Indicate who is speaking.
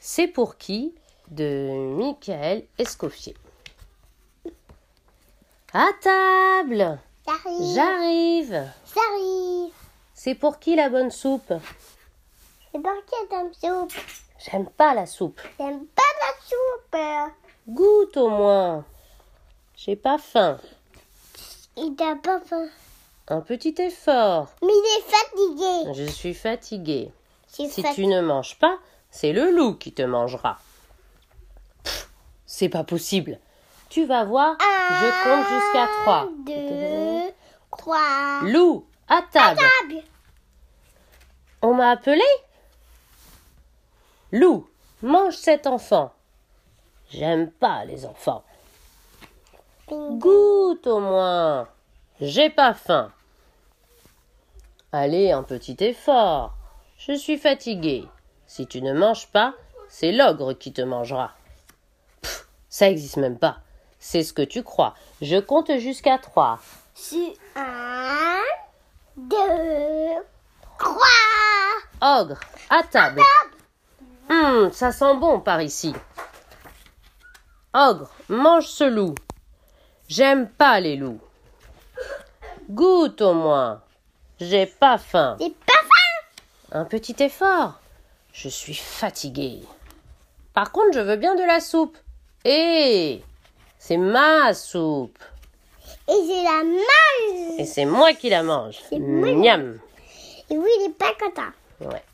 Speaker 1: C'est pour qui de Michael Escoffier. À table
Speaker 2: J'arrive.
Speaker 1: J'arrive
Speaker 2: J'arrive.
Speaker 1: C'est pour qui la bonne soupe
Speaker 2: C'est pour qui comme soupe
Speaker 1: J'aime pas la soupe.
Speaker 2: J'aime pas la soupe.
Speaker 1: Goûte au moins. J'ai pas faim.
Speaker 2: Il n'a pas faim.
Speaker 1: Un petit effort.
Speaker 2: Mais il est fatigué.
Speaker 1: Je suis fatiguée.
Speaker 2: C'est
Speaker 1: Si
Speaker 2: fat-
Speaker 1: tu ne manges pas, c'est le loup qui te mangera. Pff, C'est pas possible. Tu vas voir, je compte jusqu'à trois.
Speaker 2: Un, Deux, trois.
Speaker 1: Loup, à table.
Speaker 2: Table.
Speaker 1: On m'a appelé Loup, mange cet enfant. J'aime pas les enfants.
Speaker 2: Ping.
Speaker 1: Goûte au moins. J'ai pas faim. Allez, un petit effort. Je suis fatigué. Si tu ne manges pas, c'est l'ogre qui te mangera. Pff, ça existe même pas. C'est ce que tu crois. Je compte jusqu'à trois.
Speaker 2: Sur un, deux, trois.
Speaker 1: Ogre, à table. Hum, ça sent bon par ici. Ogre, mange ce loup. J'aime pas les loups. Goûte au moins. J'ai pas faim.
Speaker 2: C'est pas faim.
Speaker 1: Un petit effort. Je suis fatigué. Par contre, je veux bien de la soupe. Hé C'est ma soupe.
Speaker 2: Et j'ai la mal.
Speaker 1: Et c'est moi qui la mange.
Speaker 2: moi.
Speaker 1: Miam.
Speaker 2: Et oui, il est pas content.
Speaker 1: Ouais.